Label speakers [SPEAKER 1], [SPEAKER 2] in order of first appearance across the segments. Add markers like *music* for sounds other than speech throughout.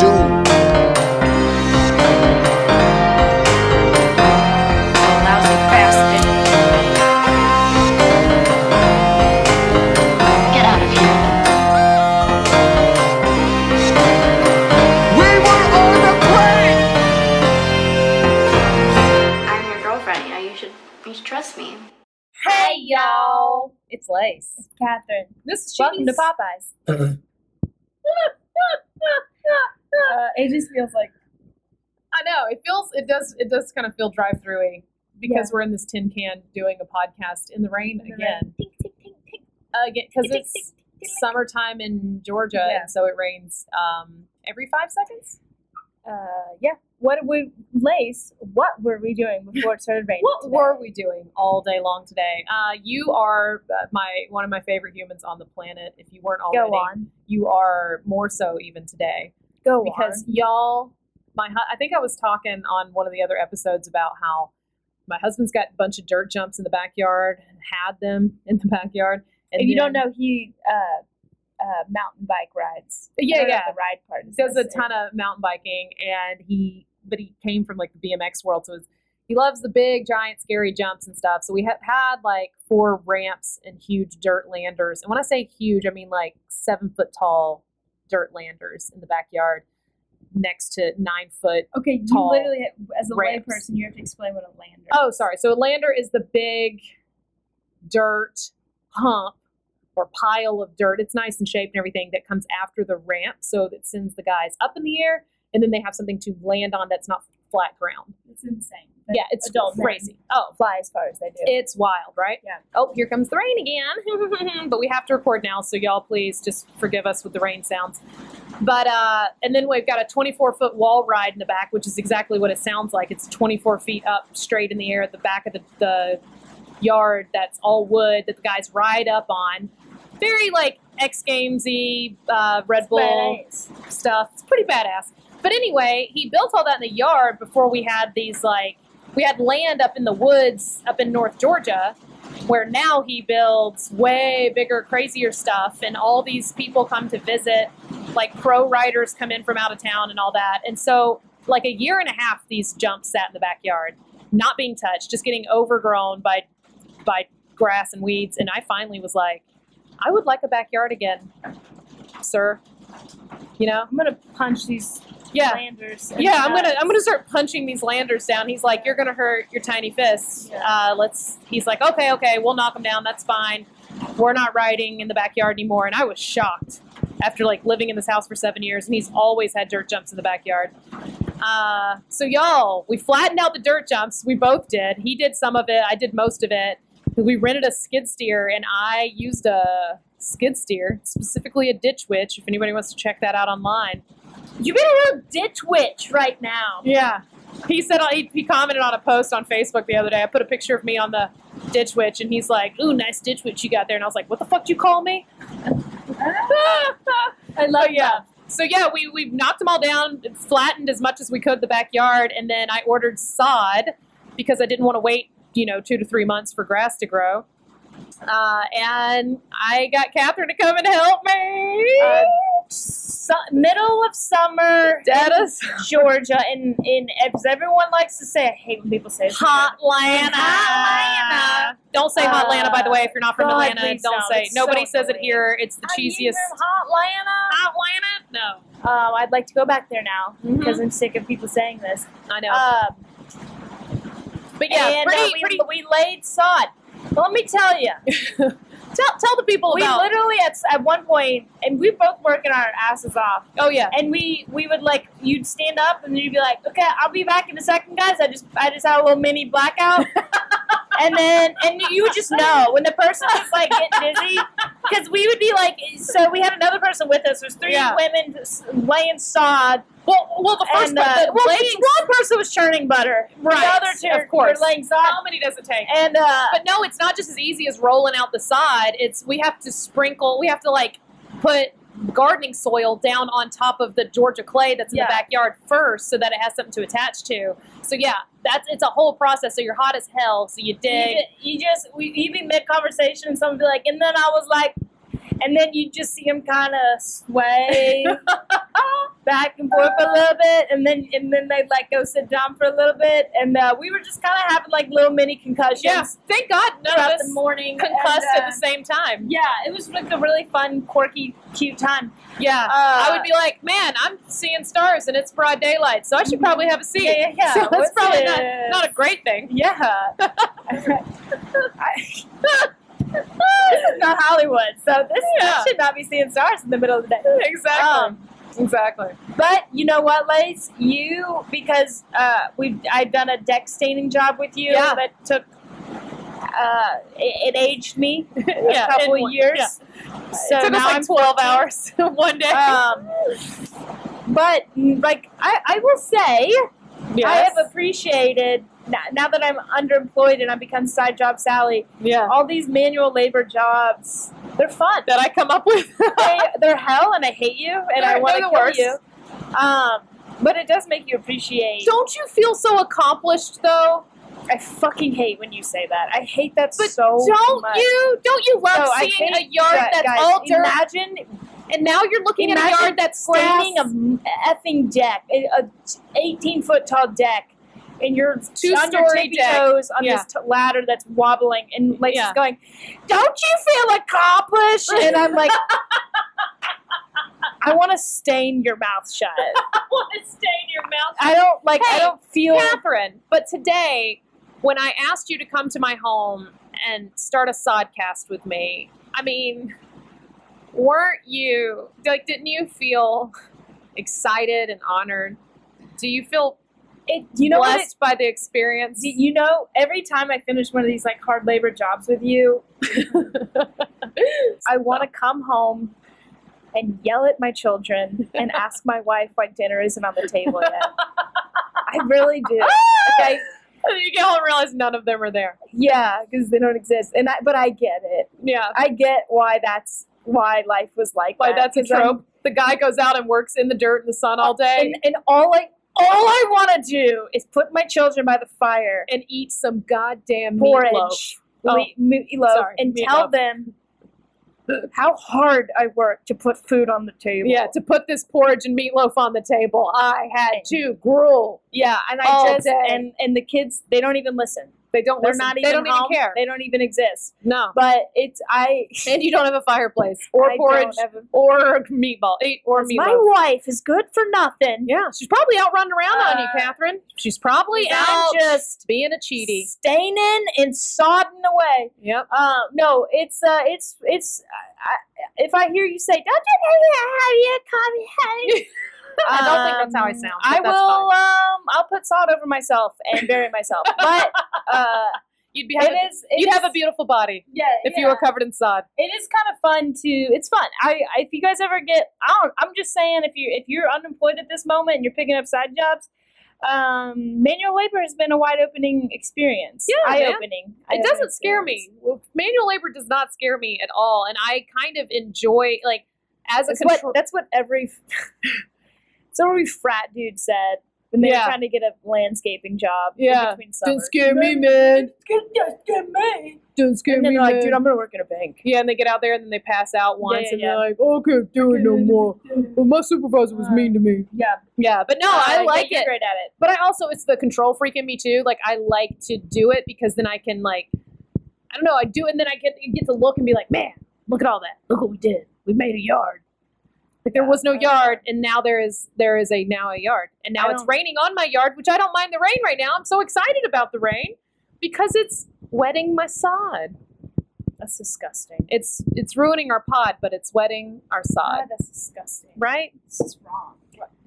[SPEAKER 1] doomed.
[SPEAKER 2] Lousy bastard.
[SPEAKER 3] Get out of here.
[SPEAKER 1] We were on the plane.
[SPEAKER 4] I'm your girlfriend. You know, you should you should trust me.
[SPEAKER 5] Hey y'all! It's Lace. It's Catherine.
[SPEAKER 6] This is
[SPEAKER 5] Welcome to
[SPEAKER 6] Cheese.
[SPEAKER 5] Popeyes.
[SPEAKER 6] uh, it just feels like
[SPEAKER 5] I know it feels it does it does kind of feel drive throughy because we're in this tin can doing a podcast in the rain
[SPEAKER 6] In the
[SPEAKER 5] again. Uh, Again, because it's summertime in Georgia,
[SPEAKER 6] Yeah.
[SPEAKER 5] and so it rains um, every five seconds.
[SPEAKER 6] uh, yeah. What we lace? What were we doing before it started raining?
[SPEAKER 5] What
[SPEAKER 6] today?
[SPEAKER 5] were we doing all day long today? Uh, you are uh, my one of my favorite humans on the planet. If you weren't already,
[SPEAKER 6] Go on.
[SPEAKER 5] you are more so even today.
[SPEAKER 6] Go
[SPEAKER 5] because
[SPEAKER 6] on.
[SPEAKER 5] y'all my hu- i think i was talking on one of the other episodes about how my husband's got a bunch of dirt jumps in the backyard and had them *laughs* in the backyard
[SPEAKER 6] If you don't
[SPEAKER 5] then
[SPEAKER 6] know, he uh, uh, mountain bike rides. I
[SPEAKER 5] Yeah,
[SPEAKER 6] don't know
[SPEAKER 5] yeah.
[SPEAKER 6] The ride part. is
[SPEAKER 5] does a
[SPEAKER 6] necessary.
[SPEAKER 5] ton of mountain biking and he but he came from like the bmx world so it's he loves the big giant scary jumps and stuff so we have had like four ramps and huge dirt landers and when i say huge i mean like seven foot tall dirt landers in the backyard next to nine foot
[SPEAKER 6] Okay, you
[SPEAKER 5] tall
[SPEAKER 6] literally, as a
[SPEAKER 5] ramps.
[SPEAKER 6] layperson, you have to explain what a lander.
[SPEAKER 5] Oh, sorry. So a lander is the big dirt hump or pile of dirt. It's nice and shaped and everything that comes after the ramp, so that sends the guys up in the air, and then they have something to land on that's not flat ground.
[SPEAKER 6] it's insane.
[SPEAKER 5] yeah, it's
[SPEAKER 6] adult men
[SPEAKER 5] crazy. Oh,
[SPEAKER 6] fly as far as they do.
[SPEAKER 5] it's wild, right?
[SPEAKER 6] Yeah.
[SPEAKER 5] Oh, here comes the rain again. *laughs* but we have to record now, so y'all please just forgive us with the rain sounds. But uh, and then we've got a 24 foot wall ride in the back, which is exactly what it sounds like. It's 24 feet up, straight in the air at the back of the, the yard. That's all wood that the guys ride up on. Very like X Gamesy, uh, Red Bull
[SPEAKER 6] Badass.
[SPEAKER 5] stuff. It's pretty badass. But anyway, he built all that in the yard before we had these like we had land up in the woods up in North Georgia where now he builds way bigger, crazier stuff and all these people come to visit, like pro riders come in from out of town and all that. And so like a year and a half these jumps sat in the backyard, not being touched, just getting overgrown by by grass and weeds. And I finally was like, I would like a backyard again, sir. You know?
[SPEAKER 6] I'm gonna punch these
[SPEAKER 5] Yeah.
[SPEAKER 6] landers. in
[SPEAKER 5] Yeah,
[SPEAKER 6] the
[SPEAKER 5] I'm gonna
[SPEAKER 6] nuts.
[SPEAKER 5] I'm gonna start punching these landers down. He's like, you're gonna hurt your tiny fists. Uh, let's. He's like, okay, okay, we'll knock them down. That's fine. We're not riding in the backyard anymore. And I was shocked after like living in this house for seven years, and he's always had dirt jumps in the backyard. Uh, so y'all, we flattened out the dirt jumps. We both did. He did some of it. I did most of it. We rented a skid steer, and I used a skid steer, specifically a ditch witch. If anybody wants to check that out online.
[SPEAKER 6] You being a real ditch witch right now.
[SPEAKER 5] Yeah. He said he, he commented on a post on Facebook the other day. I put a picture of me on the ditch witch, and he's like, "Ooh, nice ditch witch you got there." And I was like, "What the fuck do you call me?"
[SPEAKER 6] I love
[SPEAKER 5] But yeah. So yeah, we we knocked them all down, flattened as much as we could the backyard, and then I ordered sod because I didn't want to wait, you know, two to three months for grass to grow. Uh, and I got Catherine to come and help me.
[SPEAKER 6] Uh, su- middle of summer,
[SPEAKER 5] Dead *laughs*
[SPEAKER 6] in
[SPEAKER 5] of summer.
[SPEAKER 6] Georgia, and in as everyone likes to say, I hate when people say this.
[SPEAKER 5] Hotlanta.
[SPEAKER 6] Hotlanta.
[SPEAKER 5] Don't say
[SPEAKER 6] Uh,
[SPEAKER 5] Hotlanta, by the way, if you're not from
[SPEAKER 6] Oh, God,
[SPEAKER 5] Atlanta. Don't
[SPEAKER 6] please don't.
[SPEAKER 5] say.
[SPEAKER 6] It's
[SPEAKER 5] Nobody
[SPEAKER 6] so
[SPEAKER 5] says it
[SPEAKER 6] annoying.
[SPEAKER 5] here. It's the
[SPEAKER 6] I need
[SPEAKER 5] cheesiest.
[SPEAKER 6] them Hotlanta.
[SPEAKER 5] Hotlanta? No.
[SPEAKER 6] Um, I'd like to go back there now because
[SPEAKER 5] Mhm.
[SPEAKER 6] I'm sick of people saying this.
[SPEAKER 5] I know.
[SPEAKER 6] Um,
[SPEAKER 5] but yeah,
[SPEAKER 6] and uh,
[SPEAKER 5] pretty,
[SPEAKER 6] we,
[SPEAKER 5] pretty.
[SPEAKER 6] we laid sod. But let me tell you,
[SPEAKER 5] Tell, tell the people
[SPEAKER 6] we
[SPEAKER 5] about.
[SPEAKER 6] literally at, at one point, and we both working our asses off.
[SPEAKER 5] oh yeah.
[SPEAKER 6] and we we would like you'd stand up and you'd be like okay i'll be back in a second guys i just i just had a little
[SPEAKER 5] *laughs*
[SPEAKER 6] mini blackout and then and you would just know when the person was like getting dizzy because we would be like so we had another person with us there's three
[SPEAKER 5] Yeah.
[SPEAKER 6] women s- laying sod
[SPEAKER 5] Well, well, the first
[SPEAKER 6] and uh,
[SPEAKER 5] part, the
[SPEAKER 6] well,
[SPEAKER 5] laying-
[SPEAKER 6] one person was churning butter
[SPEAKER 5] Right,
[SPEAKER 6] the other two
[SPEAKER 5] of
[SPEAKER 6] were
[SPEAKER 5] course.
[SPEAKER 6] laying sod
[SPEAKER 5] How many does it take?
[SPEAKER 6] and uh
[SPEAKER 5] But no, it's not just as easy as rolling out the sod. It's we have to sprinkle. We have to like put gardening soil down on top of the Georgia clay that's in
[SPEAKER 6] Yeah.
[SPEAKER 5] the backyard first, so that it has something to attach to. So yeah, that's it's a whole process. So you're hot as hell. So you dig.
[SPEAKER 6] You, ju- you just we, you be mid conversation and someone be like, and then I was like, and then you just see him kind
[SPEAKER 5] *laughs*
[SPEAKER 6] of sway back and forth a little bit, and then and then they like go sit down for a little bit, and uh, we were just kind of having like little mini concussions
[SPEAKER 5] Yeah. Thank God none
[SPEAKER 6] throughout
[SPEAKER 5] of
[SPEAKER 6] the
[SPEAKER 5] us
[SPEAKER 6] morning.
[SPEAKER 5] concussed
[SPEAKER 6] and,
[SPEAKER 5] at the
[SPEAKER 6] uh,
[SPEAKER 5] same time.
[SPEAKER 6] Yeah, it was like a really fun, quirky, cute time.
[SPEAKER 5] Yeah.
[SPEAKER 6] Uh,
[SPEAKER 5] I would be like, man, I'm seeing stars and it's broad daylight, so I should probably have a seat.
[SPEAKER 6] Yeah, yeah,
[SPEAKER 5] *laughs*
[SPEAKER 6] yeah.
[SPEAKER 5] So that's
[SPEAKER 6] What's
[SPEAKER 5] probably not,
[SPEAKER 6] this?
[SPEAKER 5] not a great thing.
[SPEAKER 6] Yeah. I- this is not Hollywood, so this
[SPEAKER 5] Yeah.
[SPEAKER 6] I should not be seeing stars in the middle of the day.
[SPEAKER 5] Exactly.
[SPEAKER 6] Um,
[SPEAKER 5] exactly.
[SPEAKER 6] but you know what, Lace? You because uh, we I've done a deck staining job with you
[SPEAKER 5] Yeah.
[SPEAKER 6] that took uh, it, it aged me *laughs* a
[SPEAKER 5] Yeah,
[SPEAKER 6] couple
[SPEAKER 5] it-
[SPEAKER 6] years.
[SPEAKER 5] yeah.
[SPEAKER 6] So
[SPEAKER 5] it took
[SPEAKER 6] now
[SPEAKER 5] us like
[SPEAKER 6] I'm
[SPEAKER 5] 12 hours *laughs* one day.
[SPEAKER 6] *laughs* um, but like I, I will say I
[SPEAKER 5] Yes.
[SPEAKER 6] have appreciated now, now that I'm underemployed and I become side job Sally.
[SPEAKER 5] yeah.
[SPEAKER 6] All these manual labor jobs, they're fun.
[SPEAKER 5] *laughs* That I come up with.
[SPEAKER 6] *laughs*
[SPEAKER 5] *laughs*
[SPEAKER 6] they, they're hell, and I hate you, and I
[SPEAKER 5] They're-
[SPEAKER 6] want to
[SPEAKER 5] they're the
[SPEAKER 6] kill
[SPEAKER 5] worst.
[SPEAKER 6] you. Um, but it does make you appreciate.
[SPEAKER 5] Don't you feel so accomplished though?
[SPEAKER 6] I fucking hate when you say that. I hate that
[SPEAKER 5] But
[SPEAKER 6] so
[SPEAKER 5] don't
[SPEAKER 6] much.
[SPEAKER 5] you? Don't you love
[SPEAKER 6] So I
[SPEAKER 5] seeing a
[SPEAKER 6] hate
[SPEAKER 5] yard
[SPEAKER 6] that,
[SPEAKER 5] that's
[SPEAKER 6] guys.
[SPEAKER 5] all dirt?
[SPEAKER 6] Imagine
[SPEAKER 5] and now you're looking at a
[SPEAKER 6] Imagine
[SPEAKER 5] yard that's
[SPEAKER 6] framing
[SPEAKER 5] grass.
[SPEAKER 6] a effing deck, a a 18 foot tall deck, and you're
[SPEAKER 5] Two-story
[SPEAKER 6] on your tippy
[SPEAKER 5] deck.
[SPEAKER 6] toes on
[SPEAKER 5] Yeah.
[SPEAKER 6] this t- ladder that's wobbling, and like
[SPEAKER 5] Yeah.
[SPEAKER 6] she's going, "Don't you feel accomplished?"
[SPEAKER 5] *laughs*
[SPEAKER 6] And I'm like, "I want to stain your
[SPEAKER 5] *laughs*
[SPEAKER 6] mouth shut.
[SPEAKER 5] want to stay in your mouth.
[SPEAKER 6] I don't like. I
[SPEAKER 5] Hey,
[SPEAKER 6] don't feel."
[SPEAKER 5] Catherine, but today, when I asked you to come to my home and start a sodcast with me, I mean, weren't you like? Didn't you feel excited and honored? Do you feel
[SPEAKER 6] It, you know what?
[SPEAKER 5] blessed by the experience?
[SPEAKER 6] Do you know, every time I finish one of these like hard labor jobs with you,
[SPEAKER 5] *laughs*
[SPEAKER 6] I want to come home and yell at my children and
[SPEAKER 5] *laughs*
[SPEAKER 6] ask my wife why dinner isn't on the table yet. I really do. Like I,
[SPEAKER 5] *laughs* you all realize none of them are there.
[SPEAKER 6] yeah, because they don't exist, and I, but I get it.
[SPEAKER 5] Yeah,
[SPEAKER 6] I get why that's why life was like
[SPEAKER 5] like
[SPEAKER 6] that.
[SPEAKER 5] that's a
[SPEAKER 6] 'cause I'm-
[SPEAKER 5] trope. the guy goes out and works in the dirt and the sun all day
[SPEAKER 6] And, and all I all I want to do is put my children by the fire
[SPEAKER 5] and eats some goddamn meatloaf.
[SPEAKER 6] porridge,
[SPEAKER 5] Oh,
[SPEAKER 6] le- meatloaf,
[SPEAKER 5] sorry,
[SPEAKER 6] and tell
[SPEAKER 5] meatloaf.
[SPEAKER 6] them how hard I work to put food on the table.
[SPEAKER 5] Yeah, to put this porridge and meatloaf on the table, I had to gruel.
[SPEAKER 6] yeah, and I
[SPEAKER 5] All
[SPEAKER 6] just
[SPEAKER 5] day.
[SPEAKER 6] and and the kids they don't even listen.
[SPEAKER 5] They don't.
[SPEAKER 6] They're
[SPEAKER 5] listen.
[SPEAKER 6] not even.
[SPEAKER 5] They don't
[SPEAKER 6] home.
[SPEAKER 5] even care.
[SPEAKER 6] They don't even exist.
[SPEAKER 5] no.
[SPEAKER 6] But it's I
[SPEAKER 5] And you don't have a fireplace *laughs* or
[SPEAKER 6] I
[SPEAKER 5] porridge
[SPEAKER 6] don't have a-
[SPEAKER 5] or meatball eh, or meatloaf.
[SPEAKER 6] my wife is good for nothing.
[SPEAKER 5] yeah, she's probably out running around on you,
[SPEAKER 6] Uh,
[SPEAKER 5] Catherine. She's probably out
[SPEAKER 6] I'm just
[SPEAKER 5] being a cheaty.
[SPEAKER 6] staining and sodding away.
[SPEAKER 5] Yep.
[SPEAKER 6] Um, no, it's uh, it's it's. I, I, if I hear you say, "Don't you know how you come home?"
[SPEAKER 5] *laughs* I don't think that's how I sound, but
[SPEAKER 6] I
[SPEAKER 5] that's
[SPEAKER 6] will. Um, I'll put sod over myself and bury
[SPEAKER 5] *laughs*
[SPEAKER 6] myself. But uh,
[SPEAKER 5] You'd be having,
[SPEAKER 6] it is. it
[SPEAKER 5] you'd have
[SPEAKER 6] is-
[SPEAKER 5] a beautiful body
[SPEAKER 6] Yeah,
[SPEAKER 5] if you
[SPEAKER 6] yeah.
[SPEAKER 5] were covered in sod.
[SPEAKER 6] It is kind of fun to. It's fun. I. I- If you guys ever get, I don't. I'm just saying, if you if you're unemployed at this moment and you're picking up side jobs. Um, manual labor has been a wide opening experience.
[SPEAKER 5] Yeah, man.
[SPEAKER 6] eye opening.
[SPEAKER 5] it doesn't scare me. Manual labor does not scare me at all, and I kind of enjoy like as a
[SPEAKER 6] That's what,
[SPEAKER 5] control.
[SPEAKER 6] that's what every *laughs* that's what every frat dude said when they
[SPEAKER 5] Yeah.
[SPEAKER 6] were trying to get a landscaping job. in
[SPEAKER 5] Yeah.
[SPEAKER 6] between summers.
[SPEAKER 5] man.
[SPEAKER 6] Don't scare me.
[SPEAKER 5] Don't scare
[SPEAKER 6] And then
[SPEAKER 5] me,
[SPEAKER 6] they're like,
[SPEAKER 5] man.
[SPEAKER 6] dude, I'm gonna work in a bank.
[SPEAKER 5] Yeah, and they get out there and then they pass out once
[SPEAKER 6] yeah,
[SPEAKER 5] and
[SPEAKER 6] yeah.
[SPEAKER 5] they're like, oh, I can't do it no more. But my supervisor was mean to me.
[SPEAKER 6] Yeah,
[SPEAKER 5] Yeah, but no,
[SPEAKER 6] Uh,
[SPEAKER 5] I
[SPEAKER 6] yeah,
[SPEAKER 5] like
[SPEAKER 6] you're
[SPEAKER 5] it.
[SPEAKER 6] Great at it.
[SPEAKER 5] But I also, it's the control freak in me too. Like, I like to do it because then I can, like, I don't know, I do it and then I get, get to look and be like, man, look at all that. Look what we did. We made a yard. Like there
[SPEAKER 6] Yeah.
[SPEAKER 5] was no yard, and now there is there is a now a yard, and now
[SPEAKER 6] I
[SPEAKER 5] it's
[SPEAKER 6] don't-
[SPEAKER 5] raining on my yard, which I don't mind the rain right now. I'm so excited about the rain because it's wetting my sod.
[SPEAKER 6] That's disgusting.
[SPEAKER 5] It's it's ruining our pod, but it's wetting our sod,
[SPEAKER 6] God, that's disgusting.
[SPEAKER 5] right?
[SPEAKER 6] This is wrong.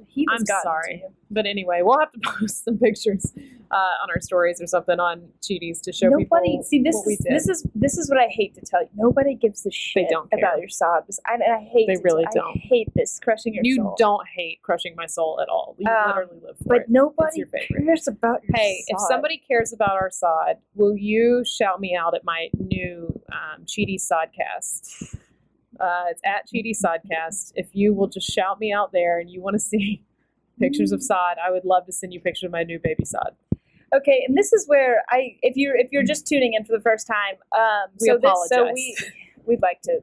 [SPEAKER 6] He was
[SPEAKER 5] I'm
[SPEAKER 6] gotten
[SPEAKER 5] sorry.
[SPEAKER 6] to you.
[SPEAKER 5] But anyway, we'll have to *laughs* post some pictures uh, on our stories or something on Cheaties to show
[SPEAKER 6] Nobody.
[SPEAKER 5] people
[SPEAKER 6] See, this
[SPEAKER 5] what we
[SPEAKER 6] is
[SPEAKER 5] did.
[SPEAKER 6] this is this is what I hate to tell you. Nobody gives a shit
[SPEAKER 5] don't care.
[SPEAKER 6] about your sobs. I, and I hate.
[SPEAKER 5] They
[SPEAKER 6] to-
[SPEAKER 5] really
[SPEAKER 6] I
[SPEAKER 5] don't.
[SPEAKER 6] hate this crushing your
[SPEAKER 5] you
[SPEAKER 6] soul.
[SPEAKER 5] don't hate crushing my soul at all. You
[SPEAKER 6] Um,
[SPEAKER 5] literally live for
[SPEAKER 6] But
[SPEAKER 5] it.
[SPEAKER 6] nobody
[SPEAKER 5] your favorite.
[SPEAKER 6] cares about your
[SPEAKER 5] Hey, if
[SPEAKER 6] sod.
[SPEAKER 5] somebody cares about our sod, will you shout me out at my new um, Cheaty Sodcast? Uh, it's at Cheaty Sodcast. If you will just shout me *laughs* out there and you want to see pictures of sod, I would love to send you pictures of my new baby sod.
[SPEAKER 6] Okay, and this is where I, if you're if you're just tuning in for the first time, um,
[SPEAKER 5] We
[SPEAKER 6] so This, so
[SPEAKER 5] apologize.
[SPEAKER 6] we we'd like to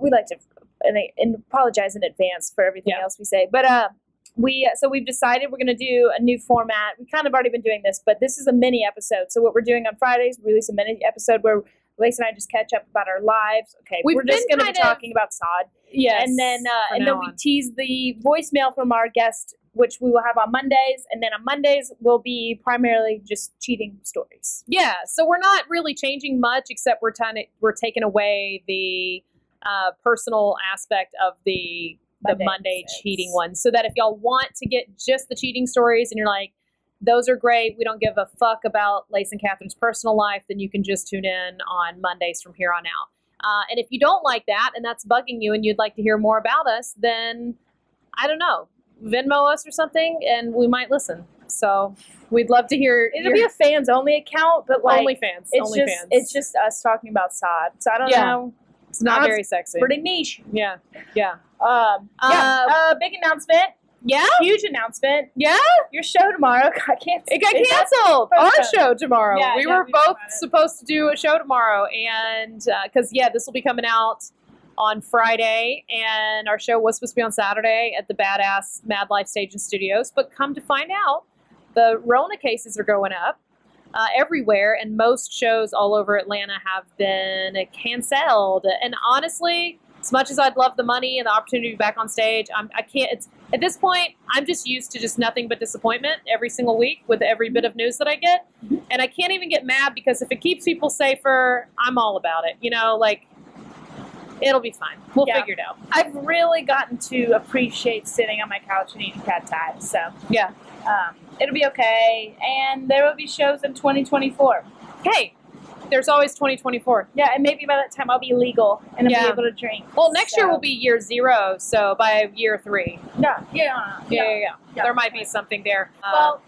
[SPEAKER 6] we'd like to and, I- and apologize in advance for everything
[SPEAKER 5] Yeah.
[SPEAKER 6] else we say, but uh, we so we've decided we're going to do a new format. We kind of already been doing this, but this is a mini episode. So what we're doing on Fridays, we release a mini episode where Lace and I just catch up about our lives. Okay,
[SPEAKER 5] We've
[SPEAKER 6] we're just
[SPEAKER 5] been
[SPEAKER 6] going to be
[SPEAKER 5] kind of-
[SPEAKER 6] talking about Sod.
[SPEAKER 5] Yes.
[SPEAKER 6] And then
[SPEAKER 5] from
[SPEAKER 6] uh, and
[SPEAKER 5] now
[SPEAKER 6] then we
[SPEAKER 5] on.
[SPEAKER 6] tease the voicemail from our guest, which we will have on Mondays, and then on Mondays will be primarily just cheating stories.
[SPEAKER 5] Yeah, so we're not really changing much, except we're trying to, we're taking away the uh, personal aspect of the the
[SPEAKER 6] Monday
[SPEAKER 5] Monday,
[SPEAKER 6] episodes.
[SPEAKER 5] cheating one, so that if y'all want to get just the cheating stories, and you're like, those are great, we don't give a fuck about Lace and Catherine's personal life, then you can just tune in on Mondays from here on out. Uh, and if you don't like that, and that's bugging you, and you'd like to hear more about us, then I don't know, Venmo us or something, and we might listen. So we'd love to hear.
[SPEAKER 6] It'll
[SPEAKER 5] your-
[SPEAKER 6] be a fans only account, but like
[SPEAKER 5] only fans.
[SPEAKER 6] it's
[SPEAKER 5] only
[SPEAKER 6] just
[SPEAKER 5] fans.
[SPEAKER 6] it's just us talking about Sod. So I don't
[SPEAKER 5] Yeah.
[SPEAKER 6] know.
[SPEAKER 5] It's not
[SPEAKER 6] That's
[SPEAKER 5] very sexy.
[SPEAKER 6] Pretty niche.
[SPEAKER 5] yeah. Yeah.
[SPEAKER 6] Um, yeah.
[SPEAKER 5] Uh,
[SPEAKER 6] Uh, big announcement.
[SPEAKER 5] Yeah.
[SPEAKER 6] Huge announcement.
[SPEAKER 5] Yeah.
[SPEAKER 6] Your show tomorrow *laughs* got canceled.
[SPEAKER 5] It got
[SPEAKER 6] Is that-
[SPEAKER 5] canceled.
[SPEAKER 6] Oh,
[SPEAKER 5] Our
[SPEAKER 6] yeah.
[SPEAKER 5] show tomorrow.
[SPEAKER 6] Yeah,
[SPEAKER 5] we
[SPEAKER 6] yeah,
[SPEAKER 5] were
[SPEAKER 6] we talked
[SPEAKER 5] both
[SPEAKER 6] about it.
[SPEAKER 5] supposed to do a show tomorrow, and because yeah, this will be coming out on Friday, and our show was supposed to be on Saturday at the Badass Mad Life Stage and Studios. But come to find out, the Rona cases are going up. Uh, everywhere and most shows all over Atlanta have been canceled. And honestly, as much as I'd love the money and the opportunity to be back on stage, I'm, I can't. It's at this point, I'm just used to just nothing but disappointment every single week with every bit of news that I get. And I can't even get mad because if it keeps people safer, I'm all about it. You know, like it'll be fine. We'll
[SPEAKER 6] Yeah.
[SPEAKER 5] figure it out.
[SPEAKER 6] I've really gotten to appreciate sitting on my couch and eating cat ties. So
[SPEAKER 5] Yeah.
[SPEAKER 6] um, it'll be okay. And there will be shows in 2024.
[SPEAKER 5] Hey, there's always 2024.
[SPEAKER 6] Yeah, and maybe by that time I'll be legal and I'll
[SPEAKER 5] Yeah.
[SPEAKER 6] be able to drink.
[SPEAKER 5] Well, next year
[SPEAKER 6] So-
[SPEAKER 5] will be year zero, so by year three,
[SPEAKER 6] No, yeah,
[SPEAKER 5] yeah, yeah,
[SPEAKER 6] yeah.
[SPEAKER 5] yeah.
[SPEAKER 6] yeah.
[SPEAKER 5] there might be something there. Uh,
[SPEAKER 6] Well,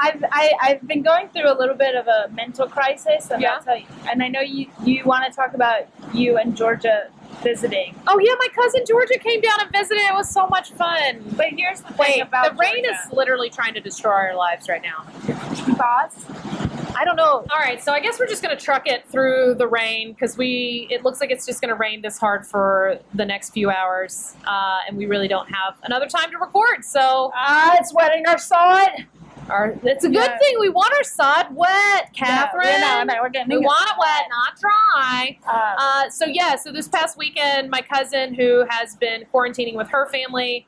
[SPEAKER 6] I've I, I've been going through a little bit of a mental crisis, and
[SPEAKER 5] Yeah.
[SPEAKER 6] I'll tell you. And I know you you want to talk about you and Georgia visiting,
[SPEAKER 5] Oh yeah, my cousin Georgia came down and visited. It was so much fun.
[SPEAKER 6] but here's the thing
[SPEAKER 5] Wait,
[SPEAKER 6] about
[SPEAKER 5] the rain
[SPEAKER 6] Georgia.
[SPEAKER 5] is literally trying to destroy our lives right now.
[SPEAKER 6] Thoughts?
[SPEAKER 5] I don't know. All right, so I guess we're just gonna truck it through the rain because we. It looks like it's just gonna rain this hard for the next few hours, uh, and we really don't have another time to record. So
[SPEAKER 6] Ah, it's wetting our sod.
[SPEAKER 5] our, it's a good
[SPEAKER 6] Yeah.
[SPEAKER 5] thing. We want our sod wet, Catherine.
[SPEAKER 6] Yeah, yeah, no, no, we're getting
[SPEAKER 5] we want it wet, not dry.
[SPEAKER 6] Um,
[SPEAKER 5] Uh, so yeah, so this past weekend, my cousin who has been quarantining with her family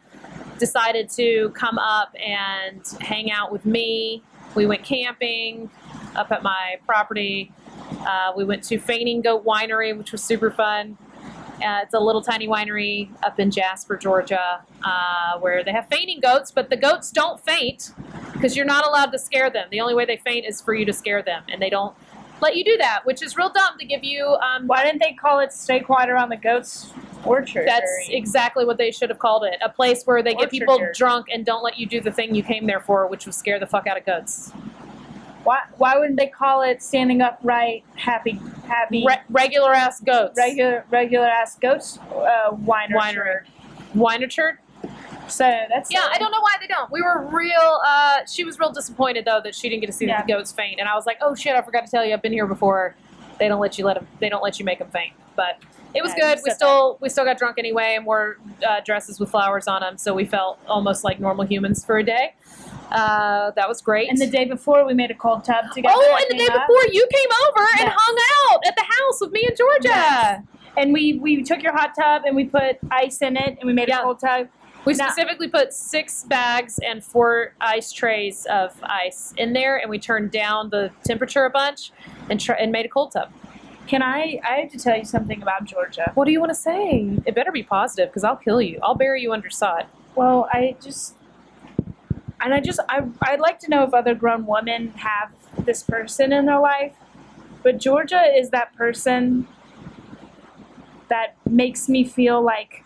[SPEAKER 5] decided to come up and hang out with me. We went camping up at my property. Uh, we went to Feigning Goat Winery, which was super fun. Uh, it's a little tiny winery up in Jasper, Georgia, uh, where they have fainting goats, but the goats don't faint because you're not allowed to scare them. The only way they faint is for you to scare them, and they don't let you do that, which is real dumb to give you. Um,
[SPEAKER 6] Why didn't they call it steak water on the goat's orchard?
[SPEAKER 5] that's exactly what they should have called it a place where they get
[SPEAKER 6] Orchard
[SPEAKER 5] people
[SPEAKER 6] church.
[SPEAKER 5] drunk and don't let you do the thing you came there for, which was scare the fuck out of goats.
[SPEAKER 6] why. Why wouldn't they call it standing upright, happy, happy,
[SPEAKER 5] Re- regular ass goats.
[SPEAKER 6] regular, regular ass goats uh, wine
[SPEAKER 5] Winery. Wine church?
[SPEAKER 6] So that's
[SPEAKER 5] Yeah, I don't know why they don't. We were real. Uh, she was real disappointed though that she didn't get to see
[SPEAKER 6] Yeah.
[SPEAKER 5] the goats faint, and I was like, "Oh shit, I forgot to tell you, I've been here before. They don't let you let them. They don't let you make them faint." But it was
[SPEAKER 6] Yeah,
[SPEAKER 5] good.
[SPEAKER 6] it's
[SPEAKER 5] We
[SPEAKER 6] so
[SPEAKER 5] still we still got drunk anyway, and wore uh, dresses with flowers on them, so we felt almost like normal humans for a day. Uh, that was great.
[SPEAKER 6] And the day before, we made a cold tub together.
[SPEAKER 5] oh,
[SPEAKER 6] I
[SPEAKER 5] and the day
[SPEAKER 6] came up,
[SPEAKER 5] before you came over and
[SPEAKER 6] Yes.
[SPEAKER 5] hung out at the house with me and Georgia,
[SPEAKER 6] Yes. and we we took your hot tub and we put ice in it and we made
[SPEAKER 5] Yeah.
[SPEAKER 6] a cold tub.
[SPEAKER 5] we
[SPEAKER 6] Now-
[SPEAKER 5] specifically put six bags and four ice trays of ice in there, and we turned down the temperature a bunch and tr- and made a cold tub.
[SPEAKER 6] Can I? I have to tell you something about Georgia.
[SPEAKER 5] What do you want to say? It better be positive, because I'll kill you. I'll bury you under sod.
[SPEAKER 6] Well, I just and I just I I'd like to know if other grown women have this person in their life, but Georgia is that person that makes me feel like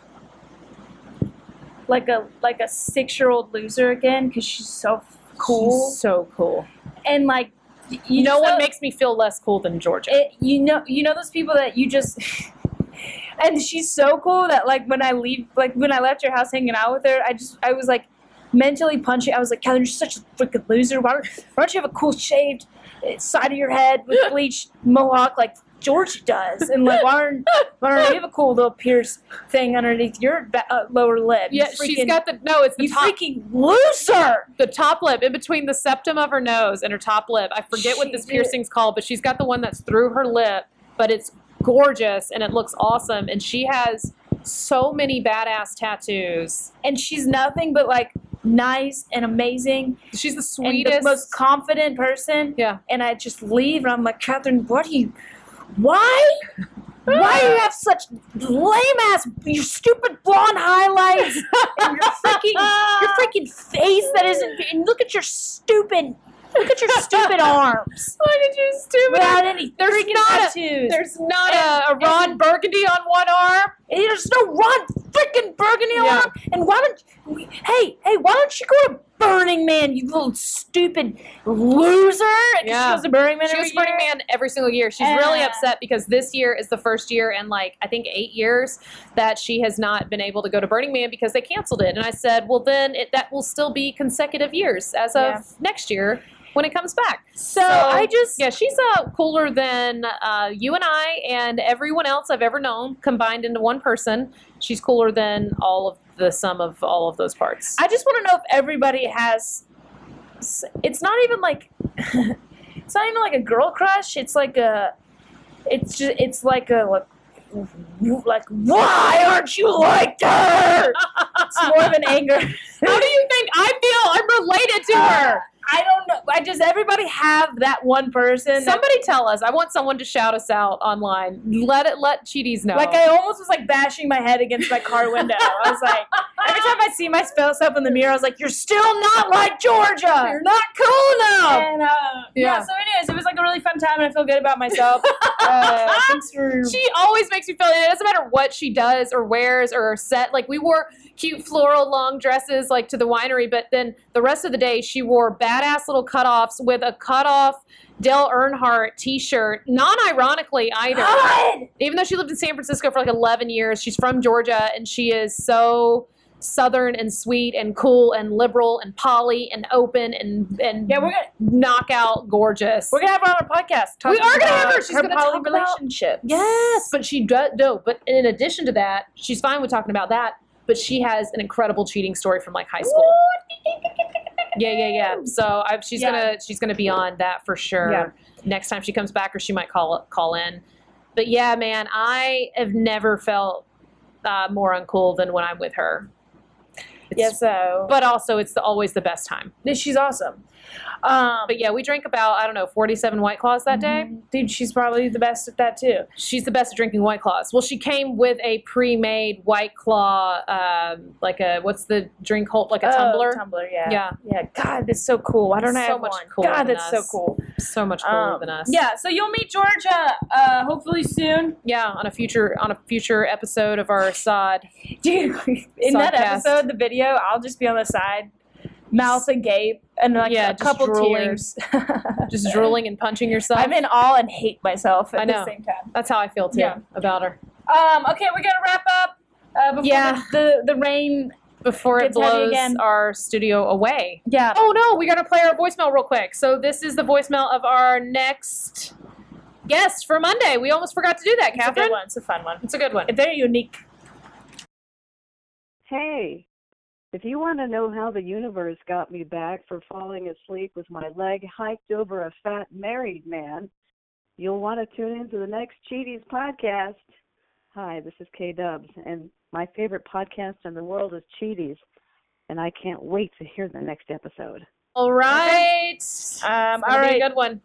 [SPEAKER 6] like a like a six year old loser again because she's so cool
[SPEAKER 5] She's so cool.
[SPEAKER 6] and like y- you
[SPEAKER 5] no
[SPEAKER 6] just
[SPEAKER 5] one
[SPEAKER 6] know-
[SPEAKER 5] makes me feel less cool than Georgia.
[SPEAKER 6] it, you know you know those people that you just *laughs* and she's so cool that like when I leave like when I left your house hanging out with her I just I was like mentally punching. I was like, Kelly, you're such a freaking loser. Why, don't- why don't you have a cool shaved eh, side of your head with bleached mohawk like George does? And like, why don't, why don't you have a cool little pierce thing underneath your ba- uh, lower lip? You
[SPEAKER 5] Yeah, she's
[SPEAKER 6] freaking-
[SPEAKER 5] got the no. It's the
[SPEAKER 6] you
[SPEAKER 5] top,
[SPEAKER 6] freaking loser.
[SPEAKER 5] the top lip in between the septum of her nose and her top lip. I forget what this
[SPEAKER 6] She-
[SPEAKER 5] piercing's called, but she's got the one that's through her lip, but it's gorgeous and it looks awesome. And she has so many badass tattoos.
[SPEAKER 6] And she's nothing but like nice and amazing
[SPEAKER 5] She's the
[SPEAKER 6] and
[SPEAKER 5] sweetest.
[SPEAKER 6] the most confident person.
[SPEAKER 5] yeah.
[SPEAKER 6] and I just leave, and I'm like, Catherine, what do you? Why? Why do you have such lame ass, your stupid blonde highlights, and your freaking, your freaking face that isn't? And look at your stupid, look at your stupid arms.
[SPEAKER 5] Look at you, stupid.
[SPEAKER 6] Without any
[SPEAKER 5] There's
[SPEAKER 6] freaking
[SPEAKER 5] not a-
[SPEAKER 6] tattoos.
[SPEAKER 5] There's not
[SPEAKER 6] And-
[SPEAKER 5] a, a Ron
[SPEAKER 6] and-
[SPEAKER 5] Burgundy on one arm.
[SPEAKER 6] And there's no Ron freaking Burgundy
[SPEAKER 5] Yeah.
[SPEAKER 6] alarm. And why don't hey hey why don't you go to Burning Man, you little stupid loser? 'Cause
[SPEAKER 5] Yeah.
[SPEAKER 6] She goes to Burning Man.
[SPEAKER 5] She
[SPEAKER 6] every
[SPEAKER 5] was Burning
[SPEAKER 6] year.
[SPEAKER 5] Man every single year. She's really
[SPEAKER 6] Yeah.
[SPEAKER 5] upset because this year is the first year in like I think eight years that she has not been able to go to Burning Man because they canceled it. And I said, well, then it, that will still be consecutive years as of
[SPEAKER 6] Yeah.
[SPEAKER 5] next year when it comes back.
[SPEAKER 6] So, I just
[SPEAKER 5] Yeah, she's uh, cooler than uh, you and I and everyone else I've ever known combined into one person. She's cooler than all of the sum of all of those parts.
[SPEAKER 6] I just want to know if everybody has. It's not even like. *laughs* it's not even like a girl crush. It's like a. It's just. It's like a. Like, you- like why aren't you like her? It's more of an anger.
[SPEAKER 5] How do you think I feel? I'm related
[SPEAKER 6] Uh,
[SPEAKER 5] to her.
[SPEAKER 6] I don't know. I does everybody have that one person? that-
[SPEAKER 5] Somebody tell us. I want someone to shout us out online. Let it let cheaties know.
[SPEAKER 6] Like I almost was like bashing my head against my car window. I was like, every time I see myself in the mirror, I was like, "You're still not like Georgia.
[SPEAKER 5] You're not cool enough.
[SPEAKER 6] And, uh,
[SPEAKER 5] Yeah.
[SPEAKER 6] yeah. So anyways, it was like a really fun time, and I feel good about myself. *laughs* uh, thanks for.
[SPEAKER 5] Ah, She always makes me feel it doesn't matter what she does or wears or her set. Like we wore cute floral long dresses like to the winery, but then the rest of the day she wore badass little cutoffs with a cutoff Dell Earnhardt t-shirt, non-ironically either.
[SPEAKER 6] God!
[SPEAKER 5] even though she lived in San Francisco for like 11 years, she's from Georgia and she is so southern and sweet and cool and liberal and poly and open and and
[SPEAKER 6] Yeah, we're gonna
[SPEAKER 5] knockout gorgeous.
[SPEAKER 6] we're gonna have her on a podcast.
[SPEAKER 5] We
[SPEAKER 6] talking
[SPEAKER 5] are gonna have
[SPEAKER 6] about
[SPEAKER 5] her. She's gonna
[SPEAKER 6] poly
[SPEAKER 5] talk about-
[SPEAKER 6] relationships.
[SPEAKER 5] yes, but she does no, but in addition to that, she's fine with talking about that, but she has an incredible cheating story from like high school. Yeah, yeah, yeah. So I, she's
[SPEAKER 6] Yeah.
[SPEAKER 5] gonna she's gonna be on that for sure.
[SPEAKER 6] Yeah.
[SPEAKER 5] Next time she comes back, or she might call call in. But yeah, man, I have never felt uh, more uncool than when I'm with her. It's-
[SPEAKER 6] Yeah. So,
[SPEAKER 5] But also, it's the, always the best time.
[SPEAKER 6] but she's awesome. Um,
[SPEAKER 5] But yeah, we drank about I don't know 47 White Claws that day.
[SPEAKER 6] dude, she's probably the best at that too.
[SPEAKER 5] She's the best at drinking White Claws. Well, she came with a pre-made White Claw, um, like a what's the drink hold like a tumbler.
[SPEAKER 6] Oh, tumbler. Yeah.
[SPEAKER 5] Yeah.
[SPEAKER 6] Yeah. God, that's so cool. Why don't I
[SPEAKER 5] So
[SPEAKER 6] have
[SPEAKER 5] much
[SPEAKER 6] one?
[SPEAKER 5] cooler
[SPEAKER 6] God,
[SPEAKER 5] than
[SPEAKER 6] that's
[SPEAKER 5] us.
[SPEAKER 6] so cool.
[SPEAKER 5] So much cooler
[SPEAKER 6] Um,
[SPEAKER 5] than us.
[SPEAKER 6] Yeah. So you'll meet Georgia uh, hopefully soon. *laughs*
[SPEAKER 5] yeah. On a future on a future episode of our sod.
[SPEAKER 6] Dude, in that
[SPEAKER 5] Sodcast.
[SPEAKER 6] episode, the video, I'll just be on the side, mouth agape, and like
[SPEAKER 5] Yeah,
[SPEAKER 6] a
[SPEAKER 5] just
[SPEAKER 6] couple
[SPEAKER 5] drooling.
[SPEAKER 6] tears. *laughs*
[SPEAKER 5] just drooling and punching yourself.
[SPEAKER 6] I'm in awe and hate myself at
[SPEAKER 5] I know.
[SPEAKER 6] the same time.
[SPEAKER 5] That's how I feel too
[SPEAKER 6] Yeah.
[SPEAKER 5] about her.
[SPEAKER 6] Um, okay, we're gonna wrap up. Uh, before
[SPEAKER 5] Yeah.
[SPEAKER 6] the, the the rain.
[SPEAKER 5] Before it
[SPEAKER 6] Gets heavy
[SPEAKER 5] blows
[SPEAKER 6] again.
[SPEAKER 5] our studio away.
[SPEAKER 6] Yeah.
[SPEAKER 5] Oh no, we gotta play our voicemail real quick. So this is the voicemail of our next guest for Monday. We almost forgot to do that,
[SPEAKER 6] it's a good
[SPEAKER 5] Catherine.
[SPEAKER 6] one. It's a fun one.
[SPEAKER 5] It's a good one.
[SPEAKER 6] They're unique.
[SPEAKER 3] Hey, if you want to know how the universe got me back for falling asleep with my leg hiked over a fat married man, you'll want to tune in to the next Cheaties podcast. Hi, this is K Dubs, and my favorite podcast in the world is Cheaties, and I can't wait to hear the next episode.
[SPEAKER 5] All right.
[SPEAKER 6] Um,
[SPEAKER 5] All
[SPEAKER 6] all right.
[SPEAKER 5] good one.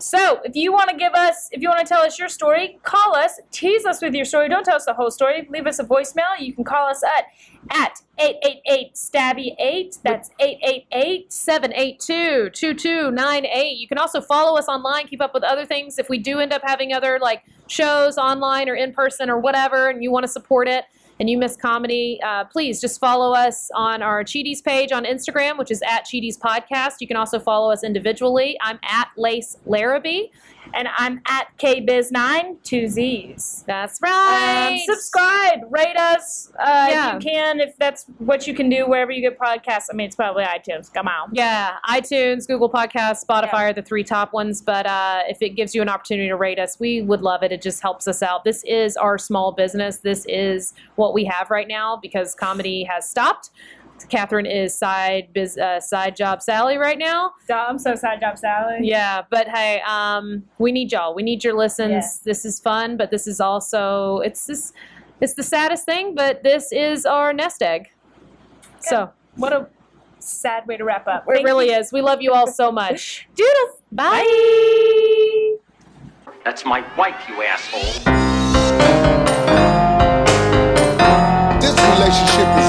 [SPEAKER 6] So, if you want to give us, if you want to tell us your story, call us, tease us with your story. Don't tell us the whole story. Leave us a voicemail. You can call us at at 888 Stabby 8. That's 888
[SPEAKER 5] 782-2298. You can also follow us online, keep up with other things. If we do end up having other like shows online or in person or whatever, and you want to support it and you miss comedy, uh, please just follow us on our Cheaties page on Instagram, which is at Cheaties Podcast. You can also follow us individually. I'm at Lace Larrabee.
[SPEAKER 6] and I'm at KBiz9, two Z's.
[SPEAKER 5] That's
[SPEAKER 6] Um,
[SPEAKER 5] right.
[SPEAKER 6] subscribe, rate us uh,
[SPEAKER 5] Yeah.
[SPEAKER 6] if you can, if that's what you can do wherever you get podcasts. I mean, it's probably iTunes. Come on.
[SPEAKER 5] Yeah, iTunes, Google Podcasts, Spotify
[SPEAKER 6] Yeah.
[SPEAKER 5] are the three top ones. But uh, if it gives you an opportunity to rate us, we would love it. It just helps us out. This is our small business. This is what we have right now because comedy has stopped. Catherine is side biz, uh, side job Sally right now.
[SPEAKER 6] I'm so sad, Job Sally.
[SPEAKER 5] Yeah, but hey, um, we need y'all. We need your listens. This is fun, but this is also it's this it's the saddest thing, but this is our nest egg. So
[SPEAKER 6] What a sad way to wrap up.
[SPEAKER 5] it really is. We love you all so much.
[SPEAKER 6] *laughs* Doodles. Bye.
[SPEAKER 7] That's my wife, you asshole.
[SPEAKER 1] This relationship is